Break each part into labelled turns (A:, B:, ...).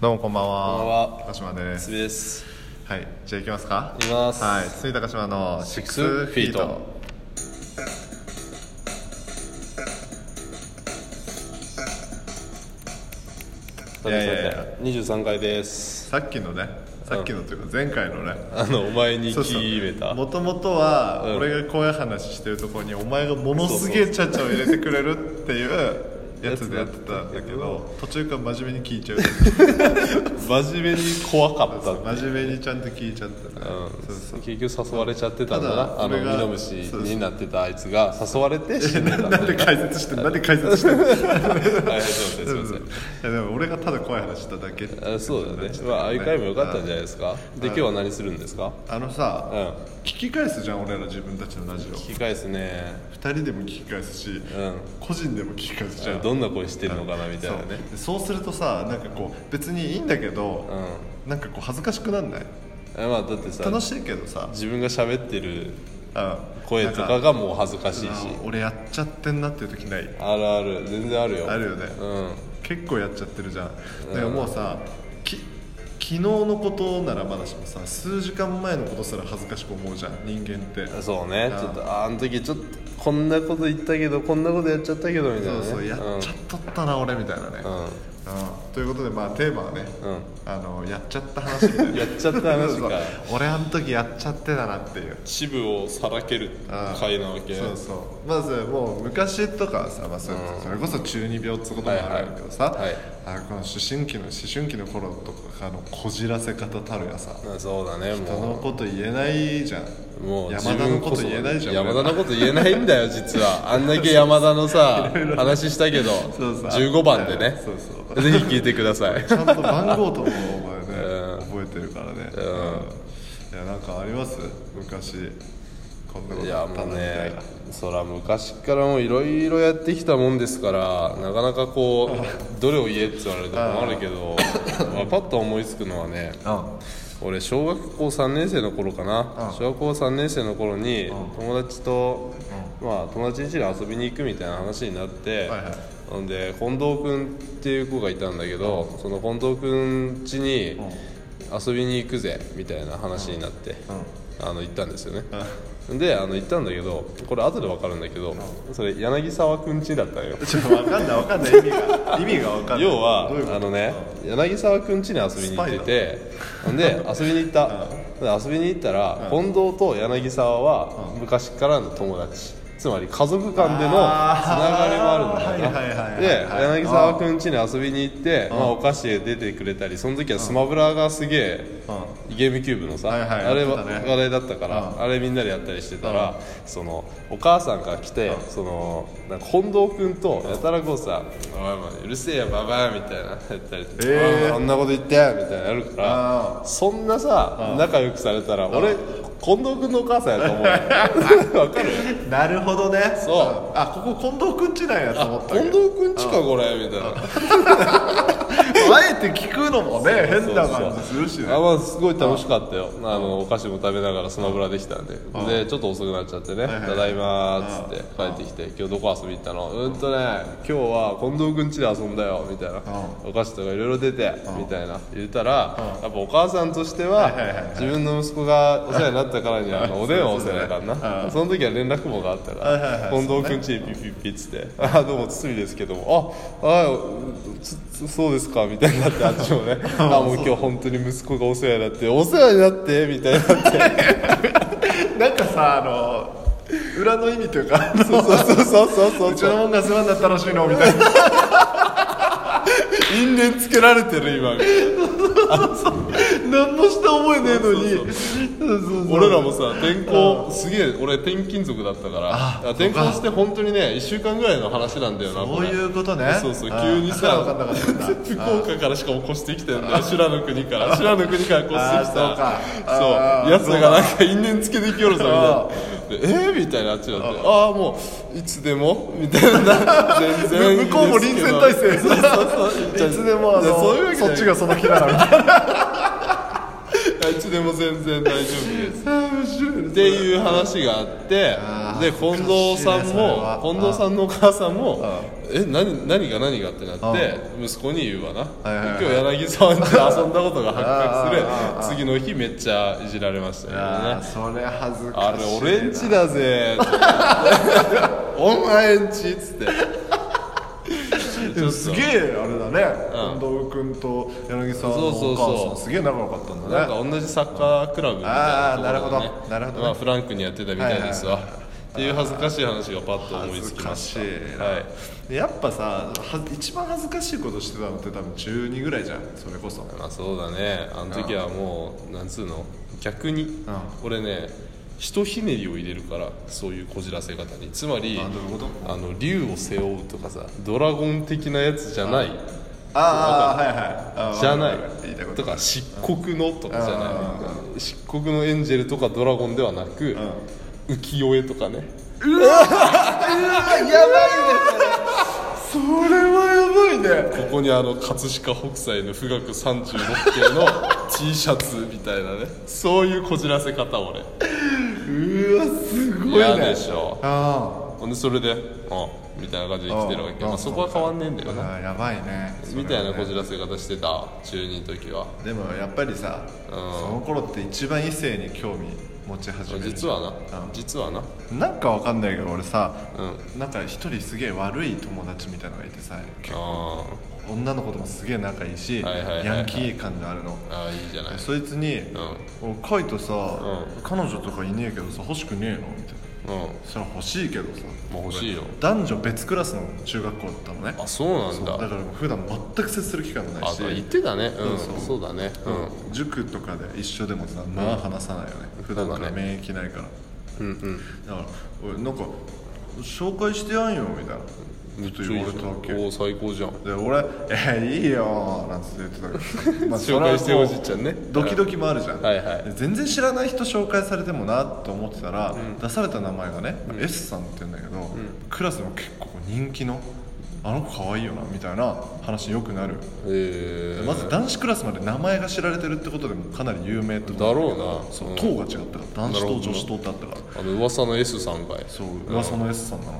A: どうもこんばんは。
B: こんばんは
A: 高島で
B: つ
A: す。
B: びです
A: はい、じゃあ行きますか。
B: 行きます
A: はい、つい高島のシックスフ
B: 6フ
A: ィ
B: ィ
A: ー
B: ー
A: ト
B: ト。
A: いやいやいや
B: 23回です
A: さっきのね、さっきのというか前回のね。
B: あのお前に決めた
A: もともとは
B: うん
A: 俺がこういう話してるところにお前がものすげえちゃちゃを入れてくれるっていうやつでやってたんだけど途中から真面目に聞いちゃう
B: 真面目に怖かったって
A: 真面目にちゃんと聞いちゃったねそうそう
B: 結局誘われちゃってたんだ
A: た
B: な
A: だ
B: あの
A: 俺が
B: ミノムシになってたあいつが誘われて死んでたんだ
A: な
B: よ
A: んで解説してんのなんで解説してんのい
B: はいすいませんすいません
A: やでも俺がただ怖い話しただけ
B: あそうだね、まあ、ああいう回も良かったんじゃないですかで今日は何するんですか
A: あの
B: う
A: さ
B: ん
A: 聞き返すじゃん俺ら自分たちのラジオ
B: 聞き返すね
A: 2人でも聞き返すし
B: うん
A: 個人でも聞き返すじゃん
B: どんな声してるのかなみたいなね
A: そうそうするとさなんかこう別にいいんだけど、なんかこう恥ずかしくなんない
B: えまあだってさ
A: 楽しいけどさ、
B: 自分が喋ってる
A: うん
B: 声と
A: な
B: か
A: ん
B: がもう恥ずかしいし
A: あ俺やっちゃってんなっていう時ない
B: あるある全然あるよ
A: あるよね
B: うん
A: 結構やっちゃってるじゃんだからもうさ、き昨日のことならまだしもさ数時間前のことすら恥ずかしく思うじゃん人間って
B: そうね
A: うん
B: ちょっとああの時ちょっとこんなこと言ったけどこんなことやっちゃったけどみたいな
A: そうそ
B: ね
A: うやっちゃっとったな、俺みたいなね、
B: うんうん
A: うんということでまあテーマはね、
B: うん
A: あのやっちゃった話み たいな
B: やっちゃった話か
A: そう俺あの時やっちゃってたなっていう
B: 支部をさらける回なわけ
A: そうそうまずもう昔とかはさ、まあ、それそれこそ中二病ってこともあるけどさ、
B: はいはい
A: あこの思春期の思春期の頃とかのこじらせ方たるやさ
B: あそうだね
A: 人
B: も
A: のこと言えないじゃん
B: うもう
A: 山田のこと言えないじゃん
B: 自
A: 俺
B: 分こそ山田のこと言えないんだよ実 はあんだけ山田のさ話したけど
A: そうそう
B: 15番でね
A: そうそう
B: ぜひ聞いてください
A: ちゃんと番号とかもお前ね、覚えてるからね、うんいやなんかあります昔こんなこと
B: い
A: あ
B: や
A: ったな
B: もう
A: みた
B: ね
A: いな
B: そら昔からもういろいろやってきたもんですからなかなかこ うどれを言えって言われても困るけど、まあ、パッと思いつくのはね 俺小学校3年生の頃かな小学校3年生の頃に友達と、まあ、友達ん家に遊びに行くみたいな話になって、
A: はいはい
B: ほんで近藤君っていう子がいたんだけど、その近藤君家に遊びに行くぜみたいな話になって、あの行ったんですよね、であの行ったんだけどこれ後で分かるんだけど、それ柳沢君家だった のよ
A: ちょっと分かんない分かんない意味が意味が分かんない
B: 要は
A: どういうこと
B: あのね柳沢君家に遊びに行っててほんで遊びに行ったで遊びに行ったら近藤と柳沢は昔からの友達つまり家族間でのつながりもあるん
A: あーはいはいはい
B: だ
A: は
B: よ
A: い
B: なで柳沢君家に遊びに行って、まあ、お菓子で出てくれたりその時はスマブラがすげえゲームキューブのさ、
A: はいはい
B: あれ
A: や
B: は
A: ってたね
B: 話題だったから、あれみんなでやったりしてたら、そのお母さんが来て、そのなんか近藤君とやたらこうさ「おいお前うるせえよババア」みたいなやったりして「
A: えー
B: おいあんなこと言って」みたいなやるからそんなさ仲良くされたら俺近藤君のお母さんやと 思うよわかる
A: なるほどねそうあここ近藤くんちなんやと思った
B: 近
A: けど
B: 藤君ちかこれみたいな
A: あえて聞くのもね変な感じするしね
B: あまあすごい楽しかったよあのお菓子も食べながらスマブラできたんででちょっと遅くなっちゃってね「ただいま」っつって帰ってきて「今日どこ遊びに行ったの?」うんとね「今日は近藤君家で遊んだよ」みたいなお菓子とかいろいろ出てみたいな言ったらやっぱお母さんとしては自分の息子がお世話になったからにはあのおでんはお世話にならんなその時は連絡網があったから近藤君家にピッピッピッつって「あどうも堤ですけどもああつつそうですか」みたいになってあっちも ね「あもう今日本当に息子がお世話になってお世話になって」みたいになって
A: なんかさあの裏の意味というかあの
B: そうそうそうそうそうう
A: ち
B: そう
A: のもんが世話になったらしいのみたいな
B: 因縁つけられてる今
A: 何もした覚えねえのにそうそうそう
B: 俺らもさ転校すげえ俺転勤族だったから転校して本当にね1週間ぐらいの話なんだよな
A: そ
B: こ
A: う
B: れ
A: いうことね
B: そうそう
A: あ
B: 急に
A: だから
B: さ
A: 分かんなかったんだ
B: 福岡からしかも越してきてんだよ修羅の国から修羅の国から越してきた
A: あ
B: そう
A: あー
B: やつがなんか因縁つけてきよるぞみたいなでえー、みたいなあっちだってああもういつでも みたいな全然いいですけど
A: 向こうも臨戦態勢
B: そうそうそう
A: いつでもあ
B: いやそういうわ
A: の
B: けじゃ
A: そ
B: な
A: っ
B: い
A: ちがその気ならみたいな
B: あいつでも全然大丈夫です
A: 面白いね
B: っていう話があってで近藤さん
A: 懐かしいねそれ
B: も
A: は
B: 近藤さんのお母さんもえ何何が何がってな
A: あ
B: って息子に言うわな、
A: いはいはい
B: 今日柳沢んちで遊んだことが発
A: あ
B: 覚する次の日めっちゃいじられましたけど
A: あー
B: ね
A: それ恥ず
B: あ
A: かしい
B: れ
A: な
B: 俺んち だぜお前んちっつって
A: でもすげえあれだね、近藤君と柳沢の
B: そうそ
A: お
B: うそう
A: 母さんすげえ仲良かったん
B: な
A: だ
B: ん
A: ね
B: か同じサッカークラブみたいな
A: あーなるほど
B: ところでね
A: なるほどね
B: まあ、フランクにやってたみたいですわ、っていう恥ずかしい話がパッと思い
A: 恥
B: つ
A: ず
B: きま
A: か
B: し
A: しい
B: た
A: な、
B: はい
A: でやっぱさは一番恥ずかしいことしてたのって多分12ぐらいじゃんそれこそ
B: まあそうだねあの時はもうなんつうの逆に俺ねひとひねりを入れるからそういうこじらせ方につまり
A: あどういうこと
B: あの竜を背負うとかさドラゴン的なやつじゃない
A: ああはいはいあー
B: じゃない
A: 言いたいこと
B: とか漆黒のとかじゃない
A: あ
B: 漆黒のエンジェルとかドラゴンではなく浮世絵とかね
A: やばいねそれそれはやばいね
B: ここにあの葛飾北斎の「富岳三十六景」の T シャツみたいなねそういうこじらせ方俺
A: うわすごいね
B: 嫌でしょ
A: あ
B: ほんでそれで「あみたいな感じで生きてるわけ
A: うん
B: まあ、そこは変わんねえんだよ
A: ー
B: な
A: あーやばいね
B: みたいなこじ
A: ら
B: らせ方してた中2の時は
A: でもやっぱりさ、その頃って一番異性に興味持ち始める
B: 実は
A: う
B: なん実はな
A: なんかわかんないけど俺さ、なんか一人すげえ悪い友達みたいのがいてさ結構
B: あ
A: 女の子ともすげえ仲いいし、
B: はいはいはいはい
A: ヤンキー感があるの
B: ーあーいいじゃない
A: そいつに「おいカイトさ、
B: う
A: 彼女とかいねえけどさ欲しくねえの?」みたいな
B: うんうん
A: それは欲しいけどさ
B: まあ欲しいよ
A: 男女別クラスの中学校だったのね
B: あそうなん
A: だか
B: だ
A: らもう普段全く接する機会もない
B: あ
A: し
B: 言ってたねうん
A: そうそう
B: そうだねうん
A: 塾とかで一緒でもさまあ話さないよね、普段から免疫ないから
B: うんうん
A: だから俺なんか紹介してやんよみたいなずっと言われたわけ
B: おお最高じゃん
A: で俺 「えいいよ」なんつって言ってたけ ど、まあ
B: 紹介して
A: それはこ
B: ほ
A: う
B: しいちゃんね
A: ドキドキもあるじゃん、
B: はいはい
A: で全然知らない人紹介されてもなと思ってたら、出された名前がね、S さんって言うんだけど、クラスでも結構人気のあの子可愛いよなみたいな話によくなる、
B: え
A: まず男子クラスまで名前が知られてるってことでもかなり有名ってこと
B: だろうな
A: そう
B: うん
A: 党が違ったから男子
B: なる
A: 党
B: ほど
A: 女子党ってあったから
B: あの噂の S さんかい
A: そう噂の S さんなの、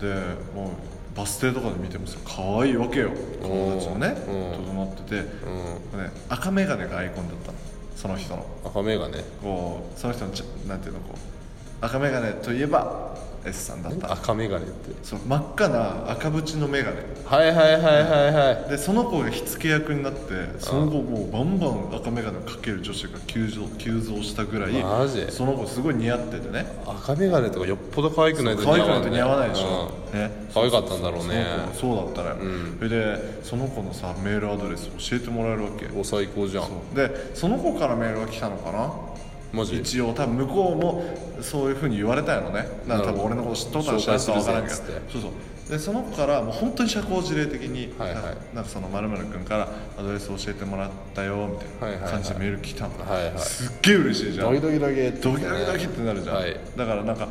A: でもうバス停とかで見てもさ可愛いわけよ友達のね
B: うん
A: 整ってて、ね、赤眼鏡がアイコンだったのその人の
B: 赤目がね
A: こうその人のちなんていうのこう赤眼鏡といえば S さんだった
B: 赤眼鏡って
A: そう真っ赤な赤縁の眼鏡
B: はいはいはいはいはい
A: でその子が火付け役になってその後もうバンバン赤眼鏡をかける女子が急増急増したぐらい
B: マジ
A: その子すごい似合っててね
B: 赤眼鏡とかよっぽど可愛くないと
A: 可愛くないと似合わないでしょ、
B: うん
A: ね
B: 可愛かったんだろうね
A: その子そうだったね、それでその子のさメールアドレス教えてもらえるわけ
B: お最高じゃん
A: でその子からメールが来たのかな
B: マジ
A: 一応多分向こうもそういうふうに言われたよねだから多分俺のこと知っとったら知らんと分からんけど
B: 紹介するぜっつって
A: そうそうでその子からもう本当に社交辞令的に、
B: はいはい
A: ななんかそのまる君からアドレス教えてもらったよみたいな感じでメール来たの、
B: はいはいはい
A: すっげえ嬉しいじゃん
B: ドキドキ
A: ドキドキドキってなるじゃん、
B: はい
A: だからなんか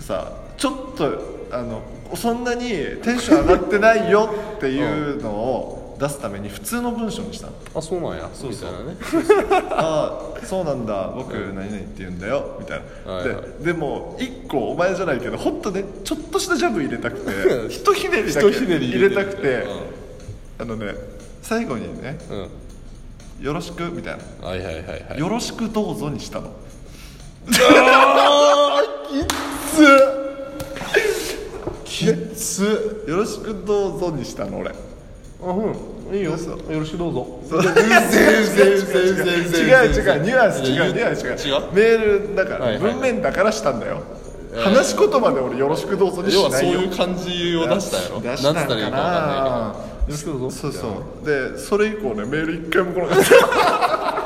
A: さちょっとあのそんなにテンション上がってないよっていうのを出すために普通の文章にしたの
B: あそうなんやみたいなね
A: ああそうなんだ僕何々って言うんだよみたいな、
B: はいはい
A: ででも一個お前じゃないけど本当ねちょっとしたジャブ入れたく てひとひねりだけ
B: ひとひねり入
A: 入
B: れ
A: れた
B: て
A: くて、あのね最後にね
B: う
A: 「
B: ん
A: よろしく」みたいな
B: はいはいはいは
A: 「
B: い
A: よろしくどうぞ」にしたの
B: きっつ
A: 「よろしくどうぞ」にしたの俺
B: あうんいいよよろしくどうぞ
A: そう 違う違う違うニュアンス違うニュアンス違う
B: 違う
A: メールだか
B: は
A: ら
B: いはい
A: 文面だからしたんだよ話し言葉で俺よろしくどうぞに
B: 要は
A: しな
B: そう
A: いよ
B: いう感じを出したやろ
A: 出
B: 何
A: し
B: つ
A: た
B: っ
A: んか
B: たらいいか分かんないけどよろしくどうぞ
A: そうそうでそれ以降ねメール一回も来なか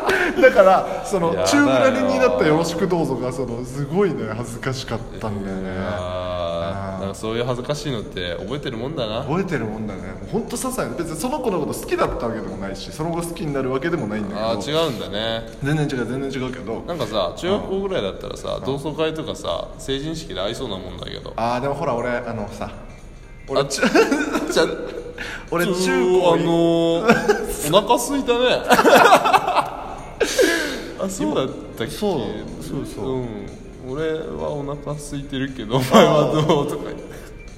A: っただからその
B: やだよ
A: 宙ぶりになった「よろしくどうぞ」がそのすごいね恥ずかしかったんだよね
B: あーなんかそういう恥ずかしいのって覚えてるもんだな
A: 覚えてるもんだね本当些細な別にその子のこと好きだったわけでもないしその後好きになるわけでもないん
B: あ
A: だ
B: ー
A: けど
B: 違うんだね
A: 全然違う全然違うけど
B: なんかさ中学校ぐらいだったらさ同窓会とかさ成人式で会いそうなもんだけど
A: ああでもほら俺あのさ
B: あちちゃ
A: 俺中
B: あ
A: 高に
B: のー、 お腹空いたねあそうだったっけ
A: そうそうそう
B: うん、俺はお腹空いてるけどお前はどうとか言って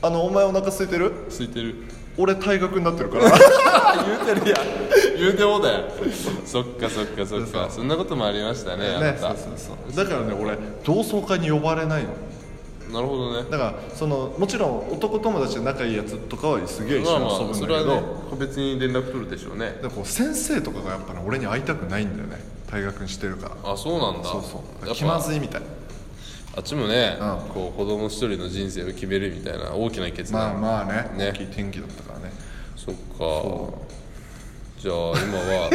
A: あのお前お腹空いてる
B: 空いてる
A: 俺退学になってるから
B: 言うてるやん言うてもうだよ そっかそっかそっかそんなこともありましたねあな
A: ねそ
B: た
A: うそうそうだからね俺同窓会に呼ばれないの
B: なるほどね
A: だからそのもちろん男友達で仲いいやつとかはすげえ一
B: ま
A: 緒
B: あ
A: に
B: ま
A: 遊ぶ
B: あ
A: んだ
B: そ
A: け
B: れ
A: ど、
B: はね別に連絡取るでしょうね
A: でこう先生とかがやっぱね俺に会いたくないんだよね退学にしてるから
B: あそうなんだ
A: そうそう
B: やっぱ
A: 気まずいみたい
B: あっちもね、
A: うん
B: こう子供一人の人生を決めるみたいな大きな決
A: まあ
B: 断、
A: まあね
B: ね
A: 大きい天気だったからね
B: そっかじゃあ今は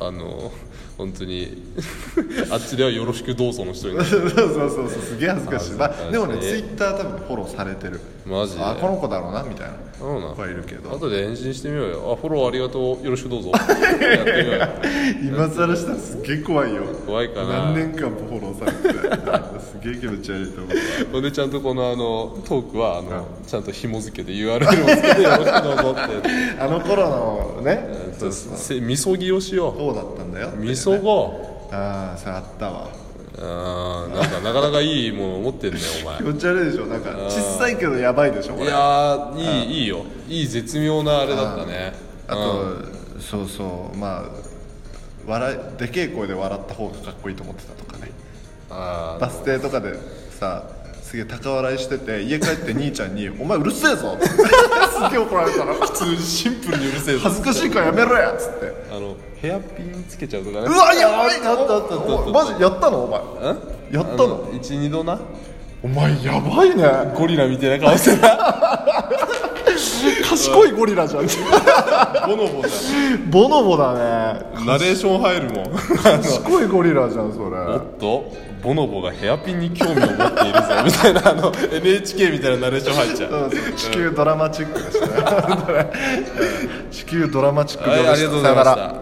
B: あの本当に あっちではよろしくどうぞの人になる
A: そうそうそうそうすげえ恥ずかしい、ま
B: 恥ずかし
A: あ、
B: い
A: でもねツイッター多分フォローされてる
B: マジで
A: あこの子だろうなみたいな
B: そうなん
A: 子はいるけど
B: 後で返信してみようよあフォローありがとうよろしくど うぞやってみようよ
A: 今更したらすげえ怖いよ
B: 怖いかな
A: 何年間もフォローされてすげえ気持ち悪いと思う
B: ほんでちゃんとこのあのトークはあの、ちゃんと紐付けて URL をつけてよろしくどうぞって
A: あの頃のねそうそう
B: せみそぎをしよ
A: こうだったんだよっていう
B: う
A: ね
B: みそご
A: ああそれあったわ
B: あーなんかなかなかいいもの持ってんねお前
A: 気持ち悪いでしょなんか小さいけどやばいでしょこ
B: い
A: れ
B: やーいいいいよいい絶妙なあれだったね
A: あとそうそうまあ笑いでけえ声で笑った方がかっこいいと思ってたとかね
B: あー
A: バス停とかでさすげえ高笑いしてて家帰って兄ちゃんに「お前うるせえ ぞ」ってすげえ怒られたら
B: 普通にシンプルにうるせえぞ
A: 恥ずかしいからやめろやっつって「
B: あのヘアピンつけちゃうとかね
A: うわやばい!」
B: あったあったあったあった
A: おマジやったのお前
B: ん
A: やったの
B: 12度な
A: お前やばいね
B: ゴリラみたいな顔してた
A: 賢いゴリラじゃん
B: ボノボじ
A: ボノボだね
B: ゃんナレーション入るもん
A: 賢いゴリラじゃんそ
B: お
A: れ
B: っとボノボがヘアピンに興味を持っているぞみたいなあの NHK みたいなナレーション入っちゃう
A: うん地球ドラマチックでしたね地球ドラマチック
B: はいありがとうございま
A: さ
B: し
A: よなら
B: た